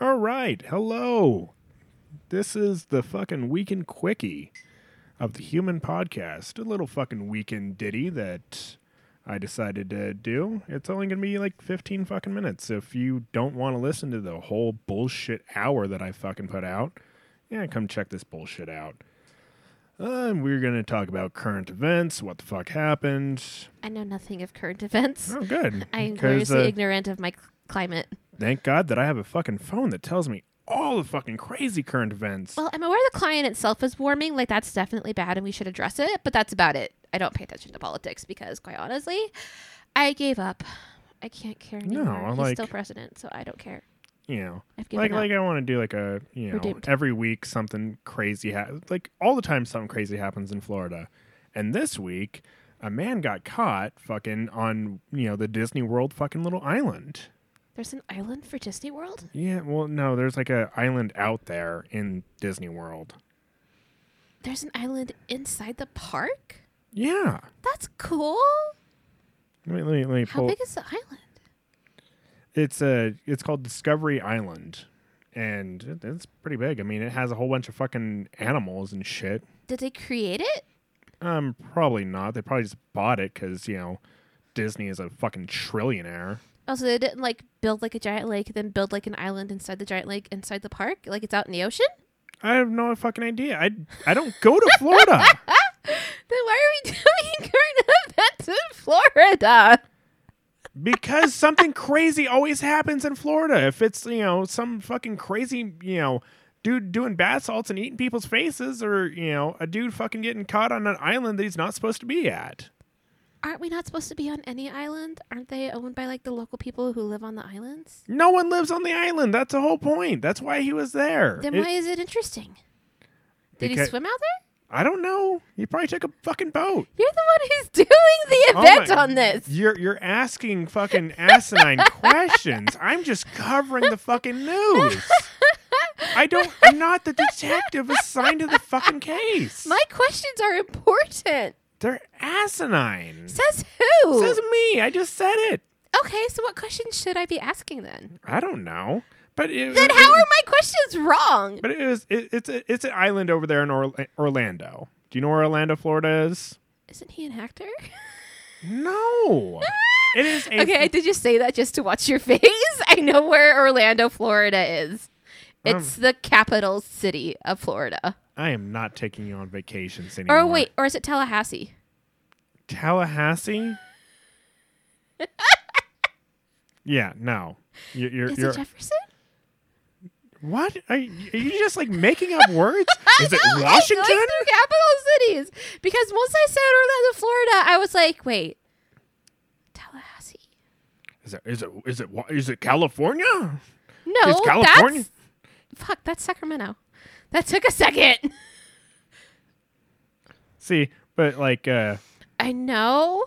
right. Hello. This is the fucking weekend quickie of the human podcast. A little fucking weekend ditty that I decided to do. It's only going to be like 15 fucking minutes. If you don't want to listen to the whole bullshit hour that I fucking put out, yeah, come check this bullshit out. Uh, and we're going to talk about current events, what the fuck happened. I know nothing of current events. Oh, good. I am 'Cause, gloriously uh, ignorant of my c- climate. Thank God that I have a fucking phone that tells me all the fucking crazy current events. Well, I'm aware the client itself is warming. Like, that's definitely bad and we should address it, but that's about it. I don't pay attention to politics because, quite honestly, I gave up. I can't care No, anymore. I He's like- still president, so I don't care. you know, I've given like up. like I want to do like a you know Redeemed. every week something crazy ha- like all the time something crazy happens in Florida, and this week a man got caught fucking on you know the Disney World fucking little island. There's an island for Disney World? Yeah, well no, there's like a island out there in Disney World. There's an island inside the park? Yeah, That's cool. let me let me, let me How pull. big is the island? It's a it's called Discovery Island, and it, it's pretty big. I mean, it has a whole bunch of fucking animals and shit. Did they create it? Um, probably not. They probably just bought it because you know Disney is a fucking trillionaire. Also, they didn't like build like a giant lake, then build like an island inside the giant lake inside the park. Like it's out in the ocean. I have no fucking idea. I I don't go to Florida. Then why are we doing current events in Florida? because something crazy always happens in Florida. If it's, you know, some fucking crazy, you know, dude doing bath salts and eating people's faces or, you know, a dude fucking getting caught on an island that he's not supposed to be at. Aren't we not supposed to be on any island? Aren't they owned by like the local people who live on the islands? No one lives on the island. That's the whole point. That's why he was there. Then It- why is it interesting? Did he Because- swim out there? I don't know. He probably took a fucking boat. You're the one who's doing the Oh event my- on this. You're you're asking fucking asinine questions. I'm just covering the fucking news. I don't I'm not the detective assigned to the fucking case. My questions are important. They're asinine. Says who? Says me. I just said it. okay, so what questions should I be asking then? I don't know. But it, Then it- how are my questions wrong? But it was it, it's a, it's an island over there in Orla- Orlando. Do you know where Orlando, Florida is? Isn't he an actor? No. it is a Okay, I did just say that just to watch your face. I know where Orlando, Florida is. Um, It's the capital city of Florida. I am not taking you on vacations anymore. Or wait, or is it Tallahassee? Tallahassee. yeah, no. You're, you're, Is you're- it Jefferson? what? Are you, are you just like making up words? Is it No, Washington? I'm going through capital cities because once I said Orlando, Florida, I was like, wait, Tallahassee? Is it is it is it Wa- is it California? No, It's California. That's, fuck, that's Sacramento. That took a second. See, but like, uh, I know.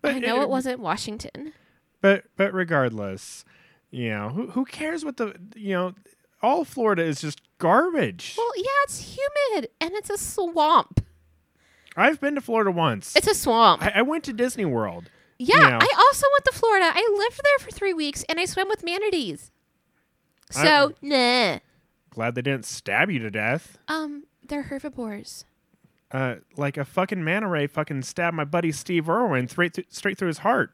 but I know it wasn't Washington. But but regardless, you know who who cares what the you know all Florida is just garbage. Well, yeah, it's humid and it's a swamp. I've been to Florida once. It's a swamp. I, I went to Disney World. Yeah, you know. I also went to Florida. I lived there for three weeks and I swam with manatees. I- So nah. Glad they didn't stab you to death. Um, they're herbivores. Uh, like a fucking manta ray fucking stabbed my buddy Steve Irwin straight th- straight through his heart.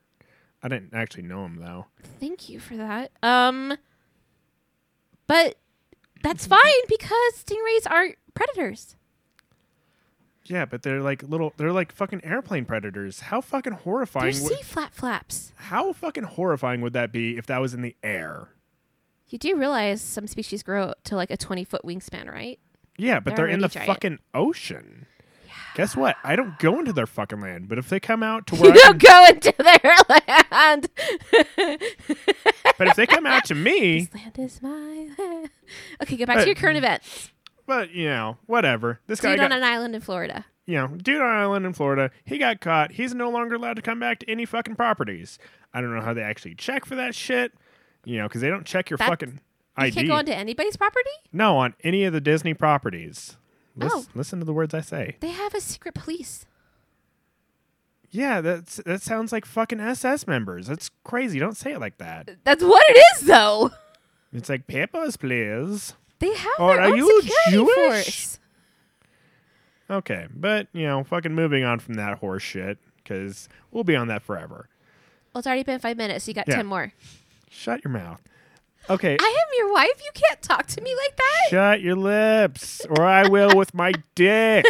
I didn't actually know him though. Thank you for that. Um, but that's fine because stingrays aren't predators. Yeah, but they're like little. They're like fucking airplane predators. How fucking They're horrifying! would- sea flap flaps. how fucking horrifying would that be if that was in the air? You do realize some species grow to like a twenty foot wingspan, right? Yeah, but they're, They're in the already giant. fucking ocean. Guess what? I don't go into their fucking land, but if they come out to You where, I don't can, go into their land. but if they come out to me, this land is my land. Okay, go back to Hey. your current events. but you know, whatever. This guy Dude got, on an island in Florida. you know, dude on an island in Florida. He got caught. He's no longer allowed to come back to any fucking properties. I don't know how they actually check for that shit. You know, because they don't check your That's- fucking You ID. can't go onto anybody's property. no, on any of the Disney properties. Listen, Oh. listen to the words I say. They have a secret police. Yeah, that's that Uh, sounds like fucking SS members. That's crazy. Don't say it like that. That's what it is, though. It's like peppers, please. They have Or their are own you security Jewish? force. Okay, but you know, fucking moving on from that horse shit because we'll be on that forever. Well, it's already been five minutes. So you got Yeah. ten more. Shut your mouth. Okay, I am your wife. You can't talk to me like that. shut your lips, or I will with my dick.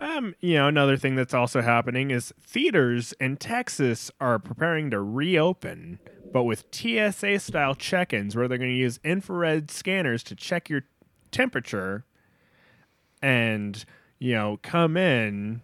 um, you know, another thing that's also happening is theaters in Texas are preparing to reopen, but with TSA style check ins where they're going to use infrared scanners to check your temperature and, you know, come in,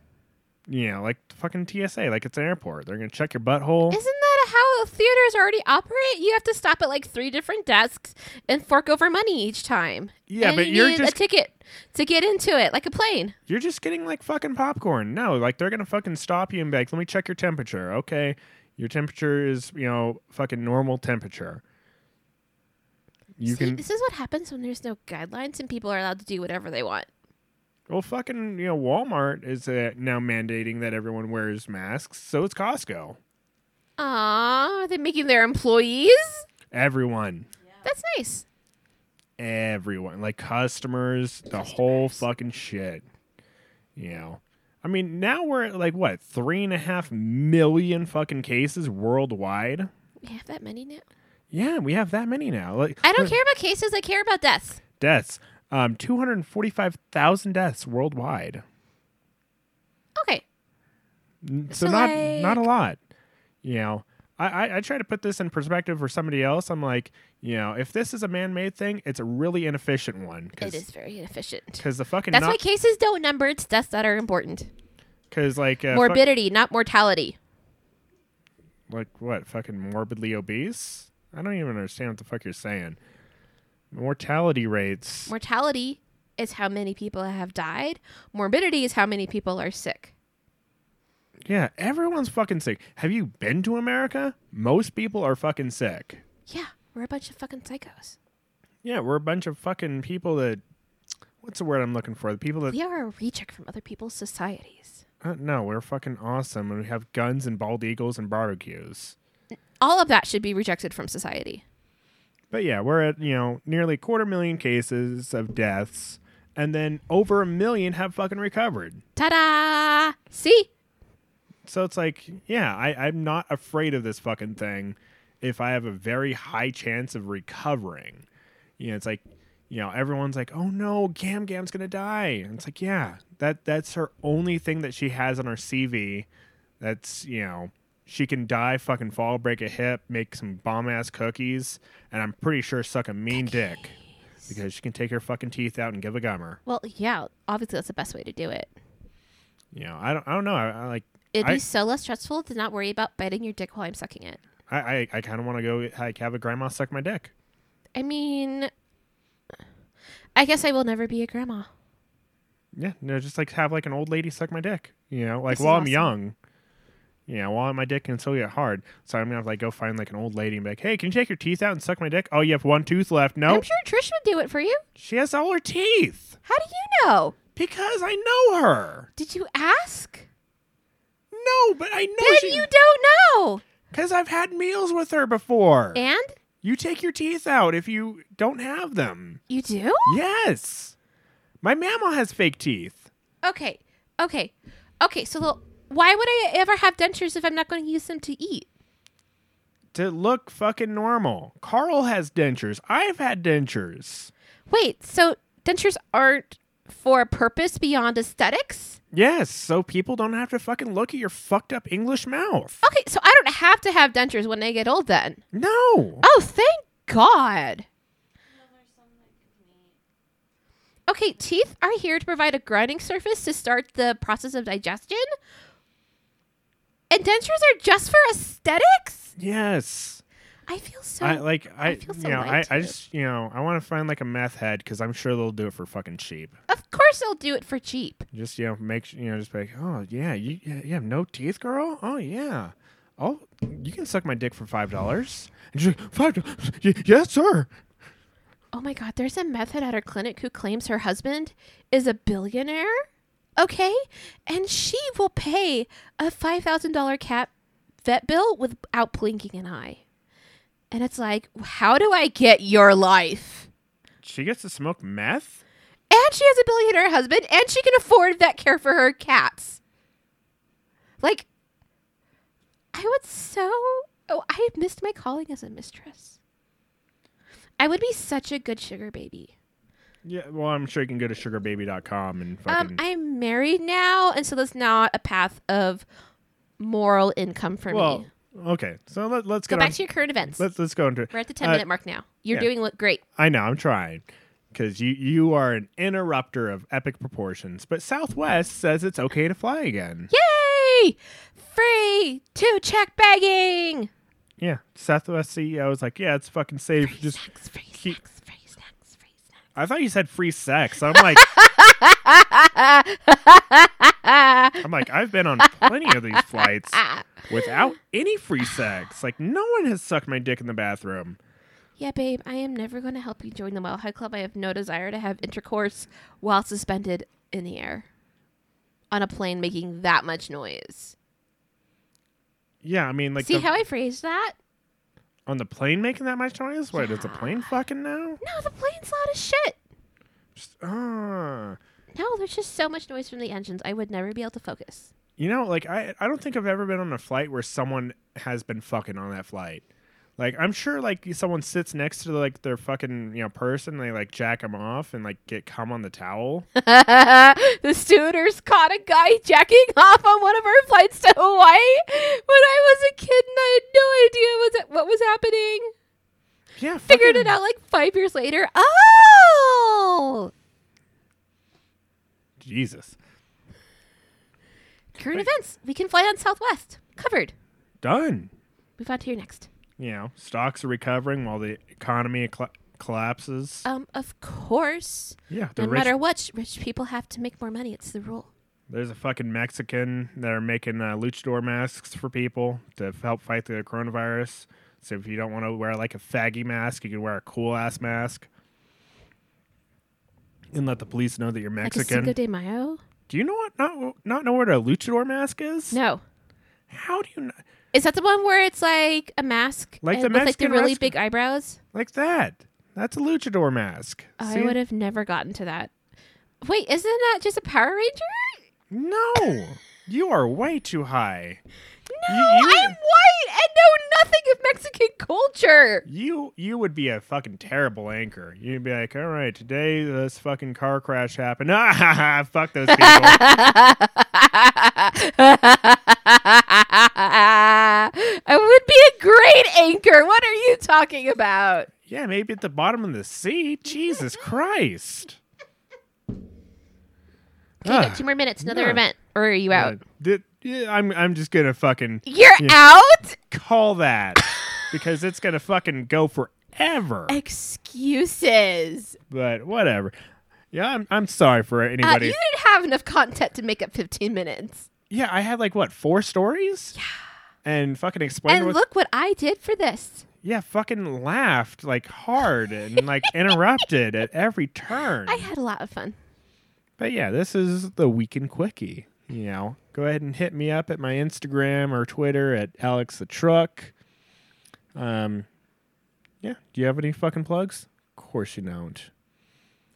you know, like fucking TSA, like it's an airport. They're going to check your butthole. Isn't that how theaters already operate? You have to stop at like three different desks and fork over money each time. Yeah, And but you you're need just- a ticket to get into it, like a plane. you're just getting like fucking popcorn. No, like they're gonna fucking stop you and be like, let me check your temperature. Okay, your temperature is you know fucking normal temperature. You See, can This is what happens when there's no guidelines and people are allowed to do whatever they want. well fucking you know Walmart is uh, now mandating that everyone wears masks, so it's Costco. Aw, are they making their employees? Everyone, That's nice. everyone, like customers, the whole fucking shit. You know, I mean, now we're at like what three and a half million fucking cases worldwide. We have that many now. Yeah, we have that many now. Like I don't we're- care about cases. I care about deaths. deaths. Um, 245,000 deaths worldwide. Okay. N- So So, not like- not a lot. You know, I, I I try to put this in perspective for somebody else. I'm like, you know, if this is a man-made thing, it's a really inefficient one It is very inefficient. because the fucking That's why cases don't number. It's deaths that are important. because like uh, fuck- Morbidity, not mortality. like what fucking morbidly obese. I don't even understand what the fuck you're saying. Mortality rates. Mortality is how many people have died. Morbidity is how many people are sick. yeah, everyone's fucking sick. Have you been to America? Most people are fucking sick. Yeah, we're a bunch of fucking psychos. Yeah, we're a bunch of fucking people that. What's the word I'm looking for? The people that. We are a recheck from other people's societies. Uh, no, we're fucking awesome and we have guns and bald eagles and barbecues. All of that should be rejected from society. But yeah, we're at, you know, nearly a quarter million cases of deaths and then over a million have fucking recovered. Ta da! See? So it's like, yeah, I, I'm not afraid of this fucking thing if I have a very high chance of recovering. You know, it's like, you know, everyone's like, oh no, Gam Gam's gonna die. And it's like, yeah, that that's her only thing that she has on her CV. That's you know, she can die, fucking fall, break a hip, make some bomb ass cookies, and I'm pretty sure suck a mean dick because she can take her fucking teeth out and give a gummer. Well, yeah, obviously that's the best way to do it. You know, I don't, I don't know. I, I like. It'd I- be so less stressful to not worry about biting your dick while I'm sucking it. I, I, I kind of want to go like have a grandma suck my dick. I mean, I guess I will never be a grandma. Yeah, no, just like have like an old lady suck my dick. You know, like This is while I'm awesome. young. You know, while my dick can still get hard. So I'm gonna have to, like go find like an old lady and be like, Hey, can you take your teeth out and suck my dick? Oh, you have one tooth left. No. I'm sure Trish would do it for you. She has all her teeth. How do you know? Because I know her. Did you ask? No, but I know then she you don't know. because I've had meals with her before. And you take your teeth out if you don't have them. you do? Yes. My mama has fake teeth. Okay. Okay. Okay. So the, why would I ever have dentures if I'm not going to use them to eat? To look fucking normal. Carl has dentures. I've had dentures. Wait. So dentures aren't for a purpose beyond aesthetics? Yes, so people don't have to fucking look at your fucked up English mouth. Okay. So I don't have to have dentures when I get old then. No. Oh, thank God. Okay, teeth are here to provide a grinding surface to start the process of digestion. And dentures are just for aesthetics? Yes. I feel so I like I, feel so you know, I, lied I to. just you know, I want to find like a meth head cuz I'm sure they'll do it for fucking cheap. Of course I'll do it for cheap. Just you know, make su- you know, just be like, "Oh, yeah, you yeah, you have no teeth, girl? Oh, yeah. Oh, you can suck my dick for $5." And she's like, "Five? dollars? Y- Yes, sir." Oh my god, there's a method at her clinic who claims her husband is a billionaire. Okay? And she will pay a $5,000 cat vet bill without blinking an eye. And it's like, how do I get your life? She gets to smoke meth? And she has a billionaire husband, and she can afford vet care for her cats. Like, I would so. Oh, I missed my calling as a mistress. I would be such a good sugar baby. Yeah, well, I'm sure you can go to sugarbaby.com and fucking. Um, I'm married now, and so that's not a path of moral income for well, me. okay. So let, let's Go get back on- to your current events. let's let's go into it. We're at the 10 uh, minute mark now. You're yeah. doing look great. I know, I'm trying. Because you, you are an interrupter of epic proportions. But Southwest says it's okay to fly again. Yay! Free to check bagging. Yeah. Southwest CEO is like, yeah, it's fucking safe. Free Just snacks, free keep- snacks, free snacks, free snacks. I thought you said free sex. I'm like, I'm like, I've been on plenty of these flights Ah, without any free sex. Like, no one has sucked my dick in the bathroom. Yeah, babe, I am never going to help you join the Mile High Club. I have no desire to have intercourse while suspended in the air on a plane making that much noise. Yeah, I mean, like, See the- how I phrased that? on the plane making that much noise. What is the plane fucking now? No, the plane's loud as shit. Just, uh, No, there's just so much noise from the engines. I would never be able to focus. you know, like I, I don't think I've ever been on a flight where someone has been fucking on that flight. Like I'm sure, like someone sits next to like their fucking you know person, they like jack them off and like get cum on the towel. the suitors caught a guy jacking off on one of our flights to Hawaii when I was a kid and I had no idea was what was happening. Yeah, Figured fucking- it out like five years later. Oh! Jesus, Current events. We can fly on Southwest. Covered. done. Move on to your next. You know, stocks are recovering while the economy cla collapses. Um, of course, yeah, the no rich matter what, rich people have to make more money. It's the rule. There's a fucking Mexican that are making uh, luchador masks for people to f- help fight the coronavirus. So if you don't want to wear like a faggy mask, you can wear a cool ass mask and let the police know that you're Like a Mexican. Cinco de Mayo? do you know what not not know what a luchador mask is? No. How do you kn- Is that the one where it's like a mask? Like and the with, like the Mexican really mask? big eyebrows? like that? That's a luchador mask. I See? would have never gotten to that. Wait, isn't that just a Power Ranger? No, you are way too high. No, You- you- I'm white and know nothing of Mexican culture. You you would be a fucking terrible anchor. You'd be like, all right, today this fucking car crash happened. Ah, ha, ha, fuck those people. I would be a great anchor. What are you talking about? yeah, maybe at the bottom of the sea. Jesus Christ. Okay, you Ah, got two more minutes. Another yeah. event, or are you uh, out? th- yeah, I'm I'm just gonna fucking You're out. call that because it's gonna fucking go forever. Excuses. But whatever. Yeah, I'm I'm sorry for Uh, you anybody. didn't have enough content to make up 15 minutes. yeah, I had like what four stories. Yeah. And fucking explain And what look what I did for this. yeah, fucking laughed like hard and like interrupted at every turn. I had a lot of fun. But yeah, this is the weekend quickie. You know, go ahead and hit me up at my Instagram or Twitter at Alex the Truck. Um, yeah. Do you have any fucking plugs? Of course you don't.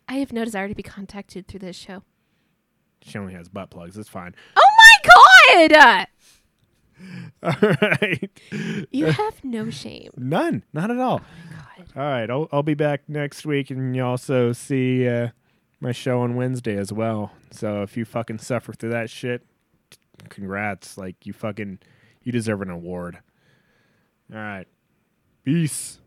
I have no desire to be contacted through this show. She only has butt plugs. It's fine. Oh my god! All right. You have no shame. None. Not at all. All right. I'll, I'll be back next week, and you also see uh, my show on Wednesday as well. So if you fucking suffer through that shit, congrats. Like, you fucking, you deserve an award. All right. Peace.